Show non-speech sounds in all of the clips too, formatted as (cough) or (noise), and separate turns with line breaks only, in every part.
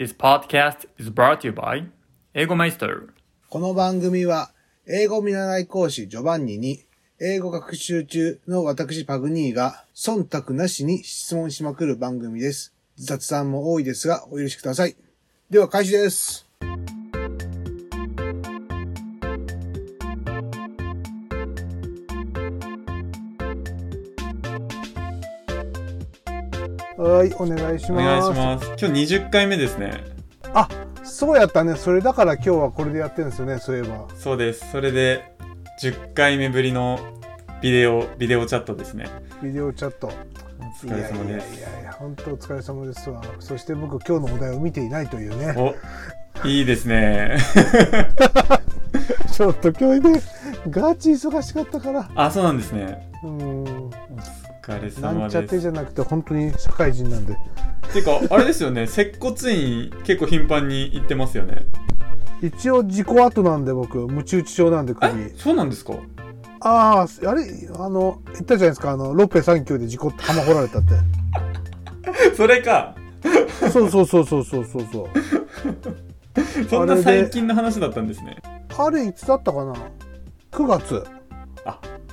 This podcast is brought to you by 英語マイスター。
この番組は、英語見習い講師ジョバンニに、英語学習中の私パグニーが、忖度なしに質問しまくる番組です。雑談も多いですが、お許しください。では開始です。はい、お願いし
お願いします。今日20回目ですね。
す。そうやったね。それだから今日はこれでやってるんですよね、そういえば。
そうです。それで10回目ぶりのビデオビデオチャットですね。
ビデオチャット。
お疲れ様です。
いやいやいやいや本当お疲れ様ですわそして僕今日のお題を見ていないというね
お、いいですね。 (laughs)
ちょっと今日ねガチ忙しかったから
あ、そうなんですね。
うーん
お疲れ
な
様
んちゃっ
で
て
す。
じゃなくて本当に社会人なんで
てかあれですよね。接骨院結構頻繁に行ってますよね。
一応事故後なんで僕ムチ打ち症な
(laughs)
んで
え
首、
そうなん
(laughs)
ですか。
あああれあの言ったじゃないですかあのロッペ3級で事故って浜掘られたって
それか。
そうそうそうそうそうそうそう
そん
あれ
な
で
最近の話だったんですね。
あれいつだったかな9月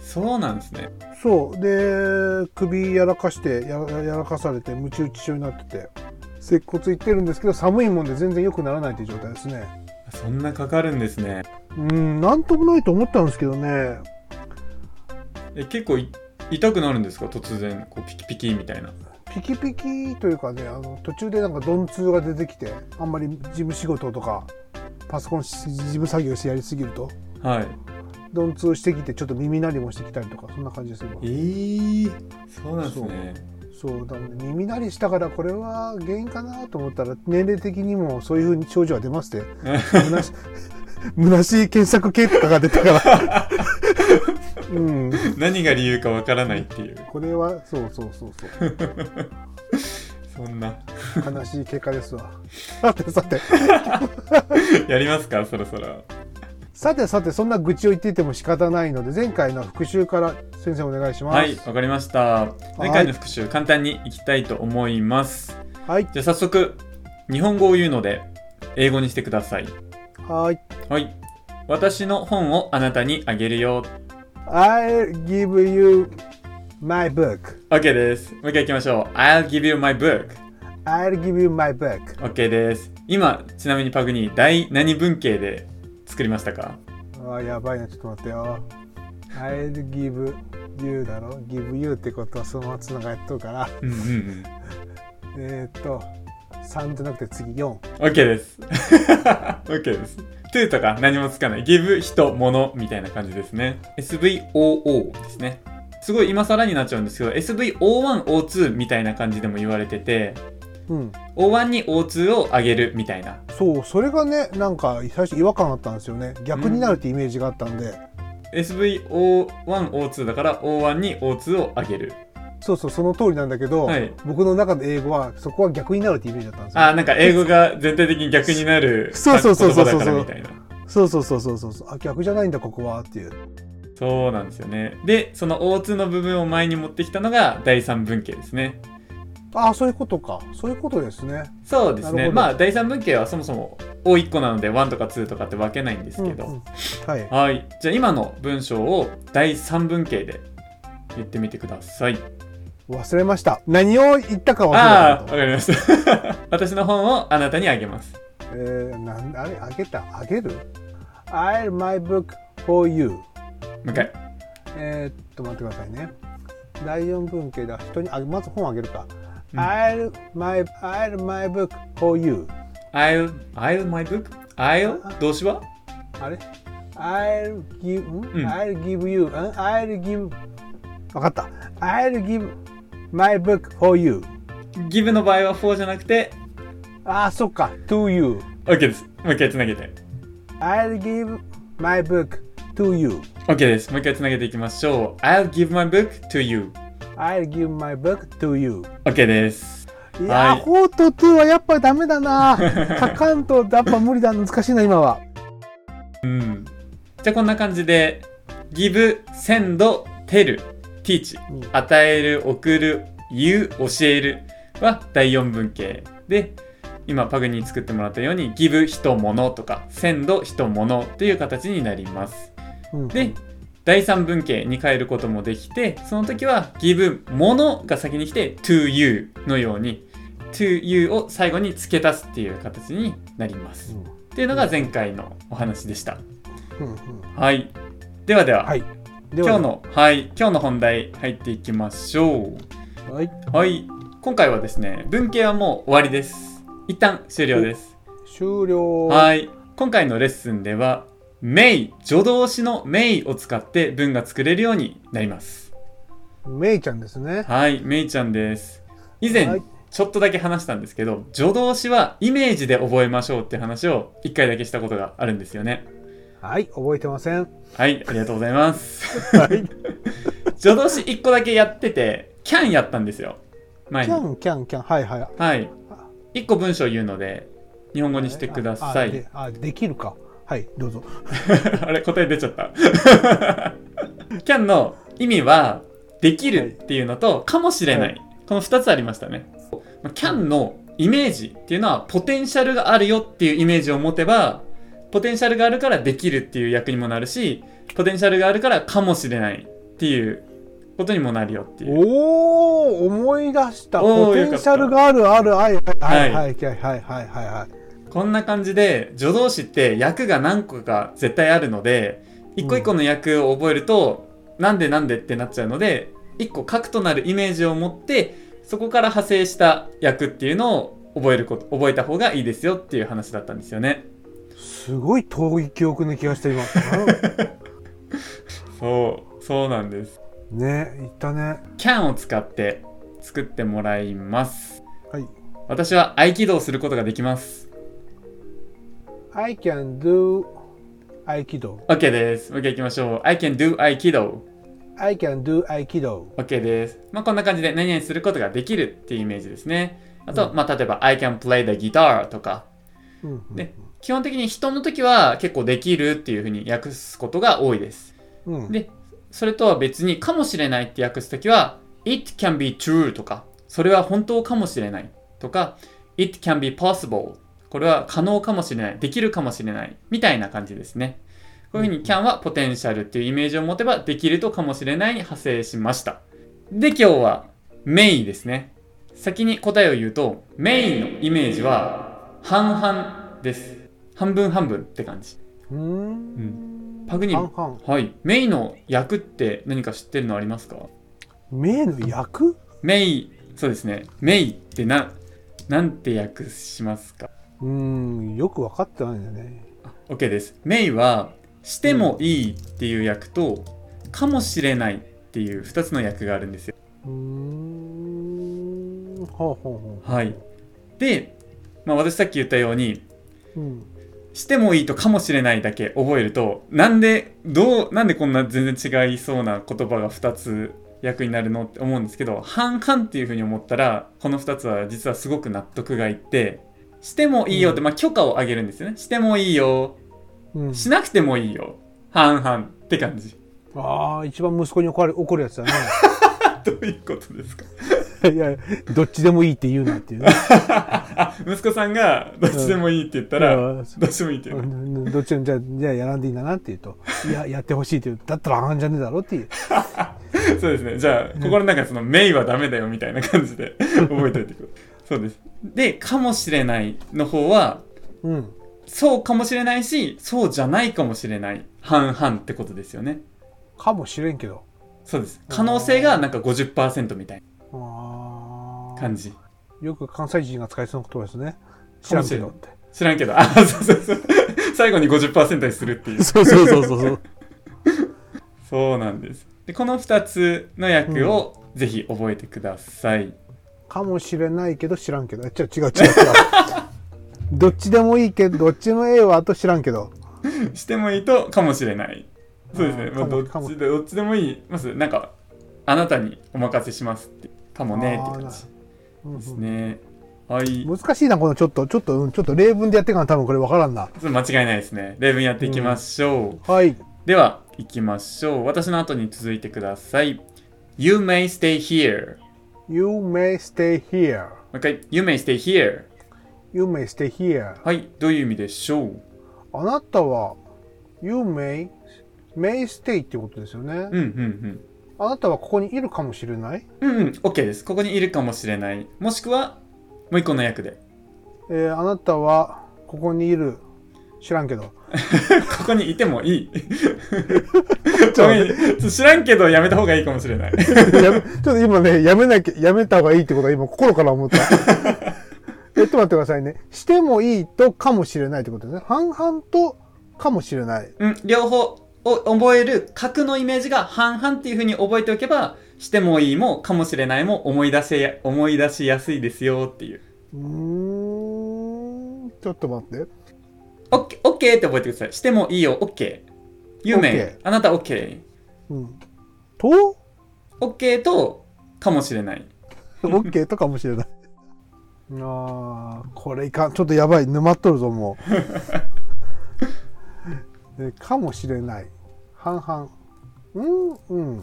そうなんですね。
そうで首やらかしてやらやらかされてムチ打ち症になってて接骨いってるんですけど寒いもんで全然良くならないという状態ですね
そんなかかるんですね。
うんなんともないと思ったんですけどね
え、結構い痛くなるんですか。突然こうピキピキみたいな。
ピキピキというかねあの途中でなんか鈍痛が出てきてあんまり事務仕事とかパソコンし事務作業してやりすぎると
はい。
鈍痛してきてちょっと耳鳴りもしてきたりとかそんな感じです今
えー、そうなんですね。
そうだね耳鳴りしたからこれは原因かなと思ったら年齢的にもそういうふうに症状が出
(laughs)
まして虚し虚しい検索結果が出たから
(laughs)
うん
何が理由かわからないっていう。
これはそうそうそうそう
そんな。 (laughs)
悲しい結果ですわさてさて
やりますか、そろそろ。
さてさてそんな愚痴を言っていても仕方ないので前回の復習から先生お願いします
はい、わかりました。前回の復習、簡単にいきたいと思います。
はい
じゃあ早速、日本語を言うので、英語にしてください。
はい
はい。私の本をあなたにあげるよ。
I'll give you my book
OK です。もう一回行きましょう。I'll give you my book.
I'll give you my book
OK です。今、ちなみにパグに第何文系で作りましたか
あーやばいなちょっと待ってよ I'll give you だろ give you ってことはそのままつながっとるから
うんうんうん。
えー、っと3じゃなくて次4
OK です。OK です。to とか何もつかない。give 人物みたいな感じですね。svoo ですね。すごい今更になっちゃうんですけど、svO1、O2 みたいな感じでも言われてて、
うん
O1 に O2 を上げるみたいな。
そうそれがねなんか最初違和感あったんですよね逆になるってイメージがあったんで、
svO1、O2 だから O1 に O2 を上げる。
そうそうその通りなんだけど、
はい
僕の中の英語はそこは逆になるってイメージだったんですよ
あー、なんか英語が全体的に逆になる
(laughs) そうそうそうそうそ
言葉
う
だからみたいな。
そうそうそうそうそうそうあ逆じゃないんだここはっていう
そうなんですよね。で、その O2 の部分を前に持ってきたのが第3文系ですね。
ああそういうことかそういうことですね
そうです
なる
ね
ほど
まあ第三文系はそもそも O1 個なので1とか2とかって分けないんですけど、
うんうんはい
はいじゃあ今の文章を第三文系で言ってみてください
忘れました何を言ったか忘れ
ああ
た
ーわかりました (laughs) 私の本をあなたにあげます
えー、なんあれあげたあげる I'll my book for you
向かい
えー、っと待ってくださいね第4文系だ人にあまず本あげるか、
うん
I'll, my, I'll my book for you
I'll, I'll my book I'll 動詞は
あれ ?I'll give,、
ん
I'll give you, ん I'll give, わかった。I'll give my book for you.
give の場合は4じゃなくて
ああ、そっか。to you.
OK ですもう一回つなげて
I'll give my book to you.
OK ですもう一回つなげていきましょう I'll give my book to you
I'll give my book to you.
OK です
いやー、
はい
4と to はやっぱダメ
(laughs)
だな。書かんとやっぱ無理だ。難しいな、今は。
うん、じゃあこんな感じで give, send, tell, teach
うん
与える、送る、言う、教えるは第4文型で今パグに作ってもらったように give 人物とか send 人物という形になります。
うん
で、第三文型に変えることもできて、その時は give 物が先に来て to you のように to you を最後に付け足すっていう形になります。っていうのが前回のお話でした。
うんうん
はい。ではでは、
はい。で
今
は
日の、はい、今日の本題入っていきましょ
はい。
う。はい。今回はですね、文系はもう終わりです。一旦終了です。
終了。
はい。今回のレッスンでは、メイ、助動詞のメイを使って文が作れるようになります。
めいちゃんですね。
はい、メイちゃんです。以前、
はい
ちょっとだけ話したんですけど、助動詞はイメージで覚えましょうって話を一回だけしたことがあるんですよね。
はい。覚えてません。
はい、ありがとうございます。
はい。
助動詞1個だけやってて、can やったんですよ。前
(laughs) キ
に。
ャンキャンキャン。はいはい。
はい。1個文章言うので、日本語にしてください。
ああであできるか。はい。どうぞ。
あれ、答え出ちゃった。can の意味は、できるっていうのと、かもしれない。
は
この2つありましたね。まあ can のイメージっていうのは、ポテンシャルがあるよっていうイメージを持てば、ポテンシャルがあるからできるっていう役にもなるし、ポテンシャルがあるからかもしれないっていうことにもなるよっていう。
おお思い出した。
おー
ポテンシャルがあるあるはいはい
は
はいはいはいはいはいはい。
こんな感じで助動詞って役が何個か絶対あるので一個一個の役を覚えると、なんでなんでってなっちゃうので一個核となるイメージを持ってそこから派生した役っていうのを覚えること覚えた方がいいですよっていう話だったんですよね。
すごい遠い記憶の気
(laughs)
がして今。
そうそうなんです。
ね言ったね。
can を使って作ってもらいます。
はい。
私は合気道をすることができます。
I can do 合気道。
OK です。もう一回行きましょう。I can do 合気道。
I can do 合気道。
OK です。まあ、こんな感じで何々することができるっていうイメージですね。あと、まあ、例えば、I can play the guitar とか、
うんうん
ね基本的に人の時は結構できるっていう風に訳すことが多いです。
うん
で、それとは別に、かもしれないって訳す時は、It can be true とか、それは本当かもしれないとか、It can be possible これは可能かもしれない、できるかもしれないみたいな感じですね。こういうふうに can はポテンシャルっていうイメージを持てばできるとかもしれないに派生しました。で、今日はメインですね。先に答えを言うと、メインのイメージは半々です。半分半分って感じ。
うーん。
パグニ
半
ム。
々。
はい。メインの役って何か知ってるのありますか
目の役
メイ、そうですね。メイってな、なんて訳しますか
うーん。よく分かってないんだね。
OK です。メイは、してもいいっていう役と、かもしれないっていう2つの役があるんですよ。
うーん。ほうほうほ
はい。で、まあ、私さっき言ったように、
う。うん。
してもいいとかもしれないだけ覚えると、なんで、どう、なんでこんな全然違いそうな言葉が2つ役になるのって思うんですけど、半々っていうふうに思ったら、この2つは実はすごく納得がいって、してもいいよって、まあ、許可をあげるんですよね。してもいいよ。
うん、
しなくてもいいよ。半々って感じ。
ああ、一番息子に怒る怒るやつだね。 (laughs)
どういうことですか
いや、どっちでもいいって言うなっていうね。
あ息子さんがどっちでもいいって言ったら、
うん
どっちでもいいって言
う
う、
んどっちでもじゃあ、じゃあやらんでいいんだなって言うと、いや、やってほしいって言うだったらあかんじゃねえだろっていう。
そうですねじゃあ心の中でその「メイはダメだよ」みたいな感 (laughs) じで覚えておいてくださいそうですで「かもしれない」の方は
うん。
そうかもしれないしそうじゃないかもしれない半々ってことですよね
かもしれんけど。
そうです可能性がなんか50%みたいな
ああ。
感じ
よく関西人が使いそうな言葉ですね。知らんけどって。
知らんけ (laughs) どあそうそうそう最後に50%にするっていう
そうそうそうそうそう。
そうなんです。で、この2つの役をぜひ覚えてください。
(laughs) かもしれないけど知らんけど。え違う違う (laughs) 違う違う。どっちでもいいけど、どっちもええわと知らんけど。
してもいいと、かもしれない。そうですね。
あー
まあ、
かも
どっちで、どっちでもいい。まず、なんか、あなたにお任せしますって、かもねって感じ
うんうん
ですね。はい。ちょっ
難しいな、このちょっと、ちょっと、うん、ちょっと例文でやってから多分これわからんな。
と間違いないですね。例文やっていきましょ
はい。
う。では、いきましょう。私の後に続いてください。You may stay here.
You may stay here.
もう一回、You may stay here.
You You may stay here.
はい、どういう意味でしょう
あなたは、You may, may stay ってことですよね。
うんうん
あなたはここにいるかもしれない。
うん。うんうん、OK です。ここにいるかもしれない。もしくは、もう一個の役で。
えーあなたは、ここにいる。知らんけど。
ここにいてもい (laughs) い。
ちょっと待って
ちょっと知らんけどやめた方がいいかもしれない。
やめちょっと今ね、やめなきゃ、やめた方がいいってことは今心から思った。 (laughs) えっと待ってくださいね。してもいいとかもしれないってことですね。半々とかもしれない。
(laughs) うん、両方を覚える角のイメージが半々っていう風に覚えておけば、してもいいもかもしれないも思い出せや、思い出しやすいですよっていう。
うーん。ちょっと待って。
オッケー、オッケーって覚えてください。してもいいよ、オッケー。有名
OK、
あなたオッケー。
うん。と、
オッケーと、かもしれない。
OK とかもしれない。 (laughs) あー、これいかん。ちょっとやばい。沼っとるぞ、もう。えかもしれない。半々。うん、うん。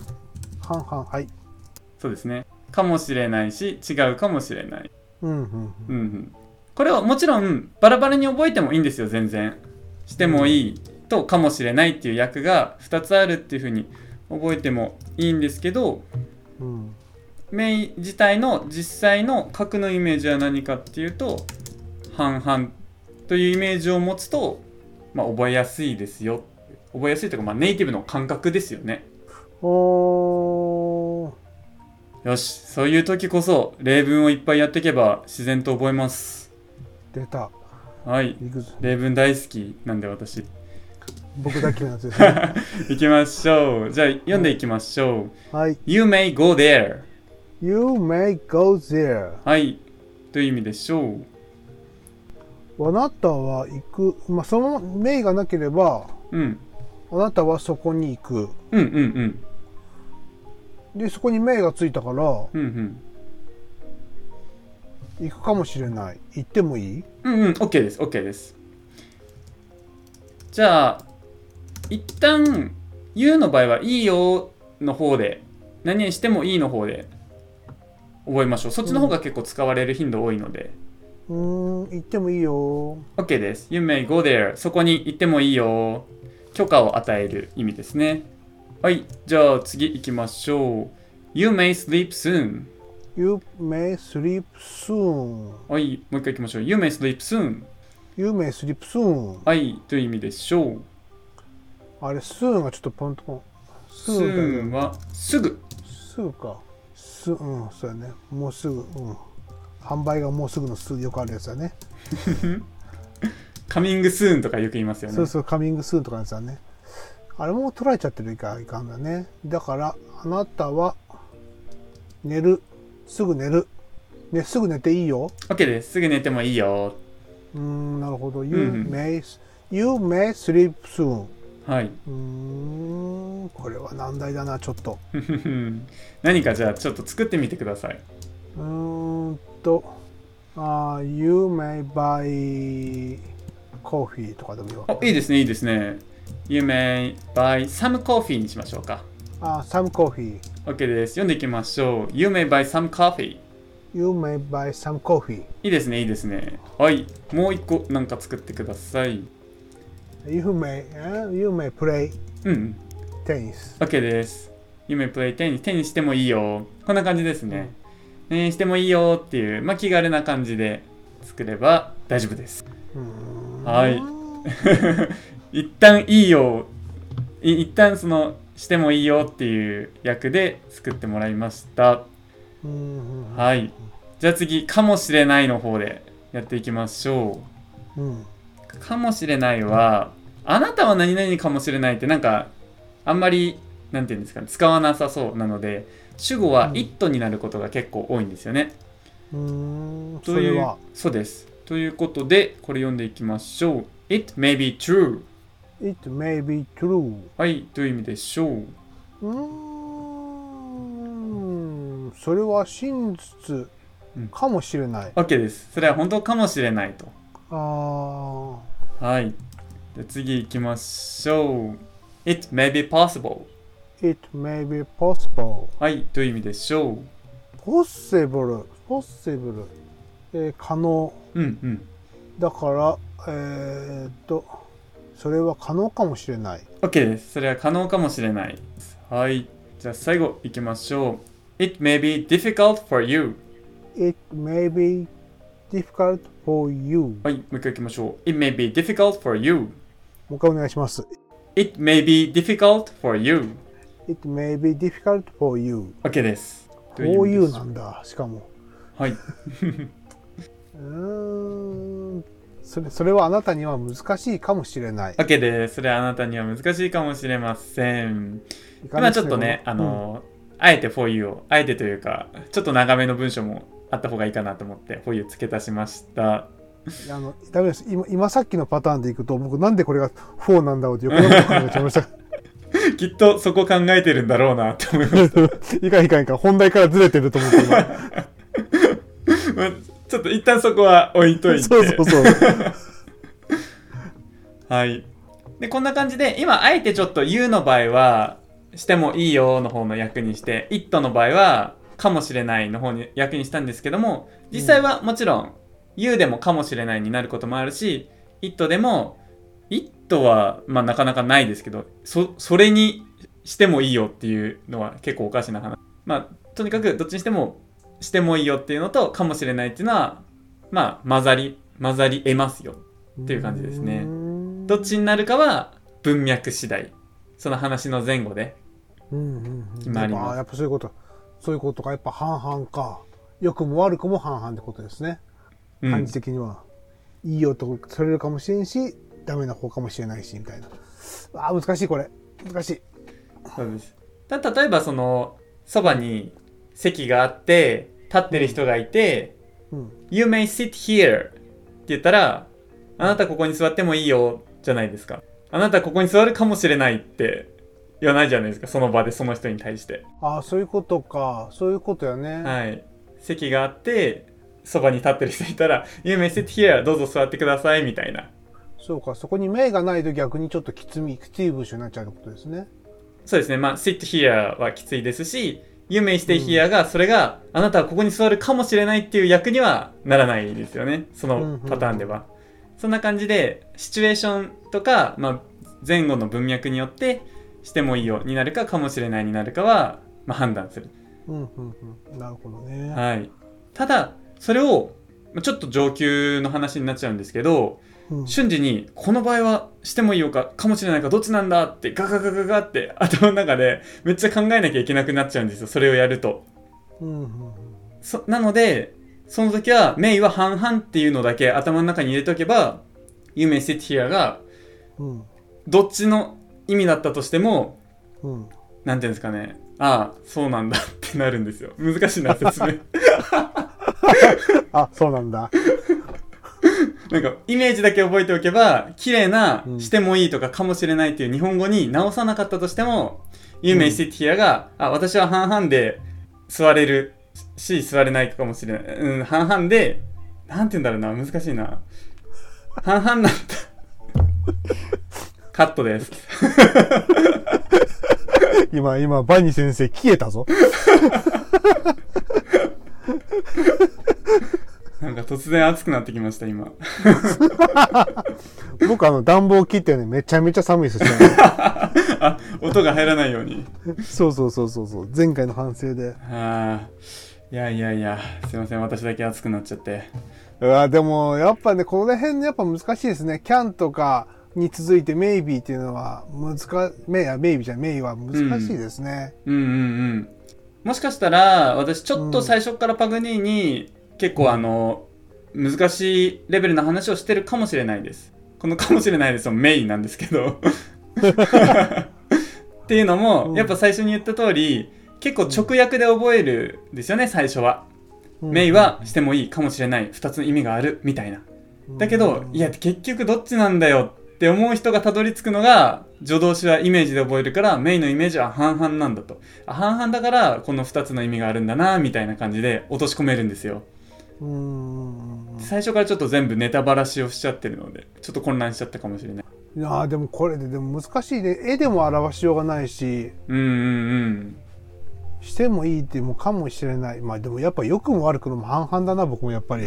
半々。はい。
そうですね。かもしれないし、違うかもしれない。
うん、うん。
うんうん。これはもちろん、バラバラに覚えてもいいんですよ、全然。してもいいと、かもしれないっていう役が2つあるっていう風に覚えてもいいんですけど、
うん。
メイ自体の実際の角のイメージは何かっていうと半々というイメージを持つと、まあ、覚えやすいですよ覚えやすいというか、まあ、ネイティブの感覚ですよね
おー
よしそういう時こそ例文をいっぱいやっていけば自然と覚えます
出た
はい
いくぞ
例文大好きなんで私
僕だけのやつで
(laughs)
すね
行きましょうじゃあ読んでいきましょう
はい
You may go there
You may go there
はいという意味でしょ
あなたは行くまあその may がなければ
う、うん、
あなたはそこに行く
うんうんうん
でそこに may がついたから行
うんうん
くかもしれない行ってもいい
うんうん、OK です、OK です。じゃあ、一旦、You の場合は、いいよの方で、何々してもいいの方で、覚えましょう。そっちの方が結構使われる頻度多いので。
うーん行ってもいいよ
OK です。You may go there. そこに行ってもいいよ。許可を与える意味ですね。はい、じゃあ次行きましょう。You may sleep soon.
You may sleep soon
はい、もう一回行きましょう。You may sleep soon.
You may sleep soon
はい、という意味でしょう。
あれ soon がちょっとポンとこ
soon は、すぐ。
すぐか。す、うん、そうやね。もうすぐ、うん。販売がもうすぐのすぐよくあるやつだね。
カミングスーンとかよく言いますよね。
そうそう、カミングスーンとかのやつだね。あれも取られちゃってるいかいかんだね。だから、あなたは、寝る。すぐ寝る。ね、すぐ寝ていいよ。
OK です。すぐ寝てもいいよ。
うーん、なるほど。You
うんうん
may, you may sleep soon.
はい。 (laughs)
うーん、これは難題だな、ちょっと。
何かじゃあちょっと作ってみてください。
うーんと、あー You may buy coffee とかでもいいわ
お、いいですね、いいですね。You may buy some coffee にしましょうか。
あ、some coffee.
OK です。読んでいきましょう。You may buy some coffee。
You may buy some coffee.
いいですね、いいですね。はい。もう一個なんか作ってください。
You may, eh, you may play
うんうん。
tennis.
OK です。You may play tennis. テニスしてもいいよ。こんな感じですね。えーしてもいいよっていう、まあ、気軽な感じで作れば大丈夫です。 (laughs)
うーん
はい。一旦いいよい一旦そのしてもいいよっていう役で作ってもらいました
うーん。
はいじゃあ次かもしれないの方でやっていきましょ
うん。
うかもしれないはあなたは何々かもしれないってなんかあんまりなんて言うんですかね使わなさそうなので主語は「
うん
it」になることが結構多いんですよね、
うーん。そ
とい
れ
う
は、
そうですということでこれ読んでいきましょう「it may be true
it may be true.」
はいという意味でしょう
うーん。それは真実
うん
かもしれない。
わけです。それは本当かもしれないと。
あ
はい。じゃあ次行きましょう。It may be possible.
ー it may be possible.
はい、という意味でしょ
possible, possible. えー可能。
う。うんうん。
だから、えーっと、それは可能かもしれない。
OK です。それは可能かもしれない。はい。じゃあ最後行きましょう。It may be difficult for you.
It may be difficult for you. も
はい、もう一回行きましょう。It may be difficult for you.
う一回お願いします。
It may be difficult for you.
It may be difficult for you.
OK です。
for
ど
you
意味でしょ
なんだ、しかも。
うはい。
うーん。それ、それはあなたには難しいかもしれない。
OK です。それはあなたには難しいかもしれません。
いかが
今ち
です
ょっとね、あ、の、あえて for you を、あえてというか、ちょっと長めの文章もあった方がいいかなと思って、for you 付け足しました。
うんいやあの、ダメです。今、今さっきのパターンでいくと、僕なんでこれが4なんだろうって横のこと考えちゃいました。
きっとそこ考えてるんだろうなって思います。
(laughs) いかんいかんいかん。本題からずれてると思って今。
まあちょっと一旦そこは置いといて。
(laughs) そうそうそう。
はい。で、こんな感じで、今、あえてちょっと You の場合は、してもいいよの方の役にして、It の場合は、かもしれないの方に役にしたんですけども、実際はもちろん、You でもかもしれないになることもあるし、It でも、It は、まあなかなかないですけど、そ、それにしてもいいよっていうのは結構おかしな話。まあ、とにかくどっちにしても、してもいいよっていうのと、かもしれないっていうのは、まあ、混ざり、混ざり得ますよっていう感じですね
うーん
どっちになるかは文脈次第その話の前後で
うんうんうん
決まります
やっぱやっぱそういうことそういうことかやっぱ半々か良くも悪くも半々ってことですね、
うん
感じ的にはいいよとされるかもしれんしダメな方かもしれないしみたいなあー難しいこれ難しい
そうですた例えばそのそばに席があって立ってる人がいて
うん
「You may sit here」って言ったら「あなたここに座ってもいいよ」じゃないですかあなたここに座るかもしれないって言わないじゃないですかその場でその人に対して
ああそういうことかそういうことやね、
はい席があってそばに立ってる人いたら「You may sit here どうぞ座ってください」みたいな
そうかそこに名がないと逆にちょっときつみきつい文章になっちゃうってことですね
そうですね、まあ、sit here はきついですし、you may stay here が、それがあなたはここに座るかもしれないっていう役にはならないですよね、そのパターンでは。そんな感じで、シチュエーションとか、まあ、前後の文脈によって、してもいいよになるか、かもしれないになるかは、まあ、判断する。
うんうんうんなるほどね、
はい。ただ、それを、まあちょっと上級の話になっちゃうんですけど、
うん
瞬時にこの場合はしてもいいよかかもしれないかどっちなんだってガガガガガって頭の中でめっちゃ考えなきゃいけなくなっちゃうんですよそれをやると
うんうん
そなのでその時はメイは半々っていうのだけ頭の中に入れとけば「You may sit here」が
うん
どっちの意味だったとしても
うんうん
なんていうんですかねああそうなんだってなるんですよ難しいな説明
あそうなんだ
なんかイメージだけ覚えておけば綺麗な
うん
してもいいとかかもしれないっていう日本語に直さなかったとしても「You may sit here が」あ私は半々で座れるし座れないかもしれない、うん、半々でなんて言うんだろうな難しいな半々なんだカットです
今、今、バニー先生消えたぞ。
なんか突然熱くなってきました今
僕、あの、暖房切ってね、めちゃめちゃ寒いですよ。
あ音が入らないように
(laughs) そうそうそうそうそう。前回の反省で。
あーいやいやいやすいません私だけ熱くなっちゃって
うわ、でも、やっぱね、この辺やっぱ難しいですね。キャンとかに続いてメイビーっていうのは、難か、メイやメイビーじゃん、メイは難しいですね。
うんうんうんもしかしたら私ちょっと最初からパグニーに結構あの難しいレベルの話をしてるかもしれないですこの「かもしれないです」のメインなんですけど (laughs) っていうの
う
も
ん
やっぱ最初に言った通り結構直訳で覚えるんですよね最初は
うん
メイ、はしてもいいかもしれない2つの意味があるみたいなだけどいや結局どっちなんだよって思う人がたどり着くのが助動詞はイメージで覚えるからメインのイメージは半々なんだとあ半々だからこの2つの意味があるんだなみたいな感じで落とし込めるんですよ
うん、うん。うん
最初からちょっと全部ネタバラシをしちゃってるのでちょっと混乱しちゃったかもしれない
いやーでもこれで、でも難しいね。絵でも表しようがないし、
うんうんうん
してもいいってもうかもしれない。まあでもやっぱ良くも悪くも半々だな、僕もやっぱり。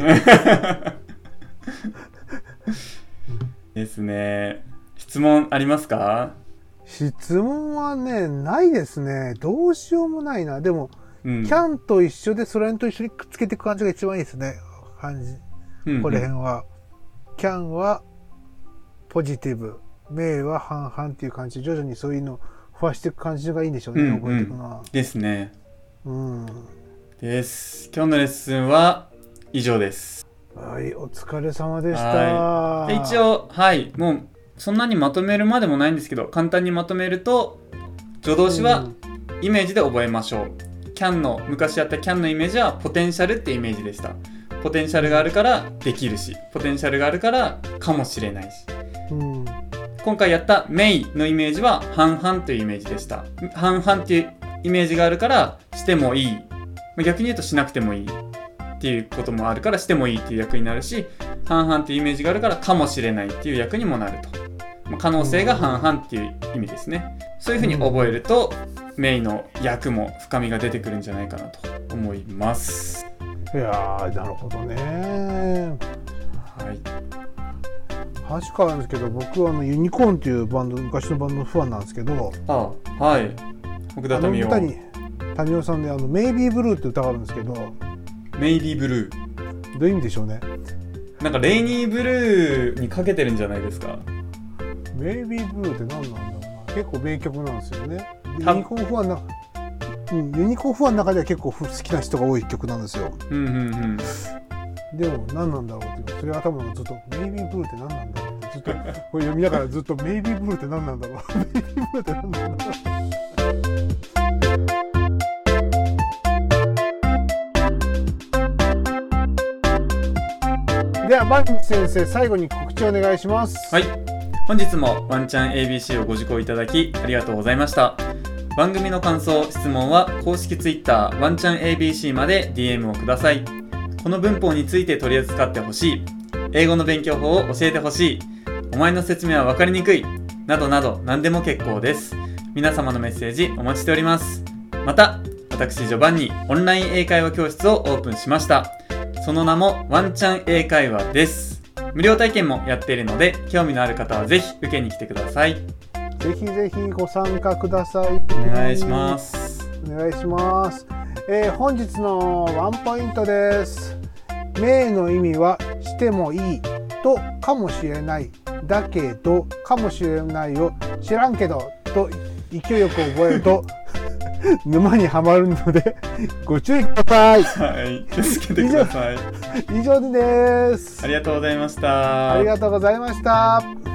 ですね。質問ありますか
質問はね、ないですね。どうしようもないな。でも、
うん。
キャンと一緒でソ連と一緒にくっつけていく感じが一番いいですね。感じ。
うん
これ辺は。キャンはポジティブ。メイは半々っていう感じで徐々にそういうのを増やしていく感じがいいんでしょうね。
うんうん
覚えていくのは。
ですね。
うん。
です。今日のレッスンは以上です。
はい、お疲れ様でし
は
た。
で一、応、はい、もうそんなにまとめるまでもないんですけど、簡単にまとめると、助動詞はイメージで覚えましょう。キャンの、昔やったキャンのイメージはポテンシャルってイメージでした。ポテンシャルがあるからできるし、ポテンシャルがあるからかもしれないし。
うん、うん。
今回やったメイのイメージは半々というイメージでした半々っていうイメージがあるからしてもいいまあ逆に言うとしなくてもいいっていうこともあるからしてもいいっていう役になるし半々っていうイメージがあるからかもしれないっていう役にもなると、まあ可能性が半々っていう意味ですねそういうふうに覚えるとメイの役も深みが出てくるんじゃないかなと思います
いやー、なるほどね。
はい
話変わるんですけど、僕はあのユニコーンっていうバンド、昔のバンドのファンなんですけど、
あはい奥田
あの
民
歌
生
に、民生さんで、あの、メイビーブルーって歌があるんですけど、ど
メイリーブルー
ういう意味でしょうね。
なんかレイニーブルーにかけてるんじゃないですか
メイビーブルーって何なんだろうな。結構名曲なんですよね。で
た
ユニコーンファンな、うん、ユニコーンファンの中では結構好きな人が多い曲なんですよ。
うんうんうん
でも何なんだろうっていうそれは頭がずっと「メイビーブルーって何なんだろう?」ってずっとこれ読みながらずっと「メイビーブルーって何なんだろう? 」「メイビーブルーって何なんだろう?」ではバン先生最後に告知お願いします。
はい本日もワンチャン ABC をご受講いただきありがとうございました番組の感想質問は公式 Twitter ワンチャン ABC まで DM をくださいこの文法について取り扱ってほしい英語の勉強法を教えてほしいお前の説明は分かりにくいなどなど何でも結構です皆様のメッセージお待ちしておりますまた私ジョバンニオンライン英会話教室をオープンしましたその名もワンチャン英会話です無料体験もやっているので興味のある方はぜひ受けに来てください
ぜひぜひご参加ください。
お願いします
お願いします、えー本日のワンポイントです「名」の意味は「してもいい」と「かもしれない」だけど「かもしれない」を「知らんけど」と勢いよく覚え
(laughs)
ると沼にはまるのでご注意ください
はい (laughs) 気をつけてください
以上です
ありがとうございました
ありがとうございました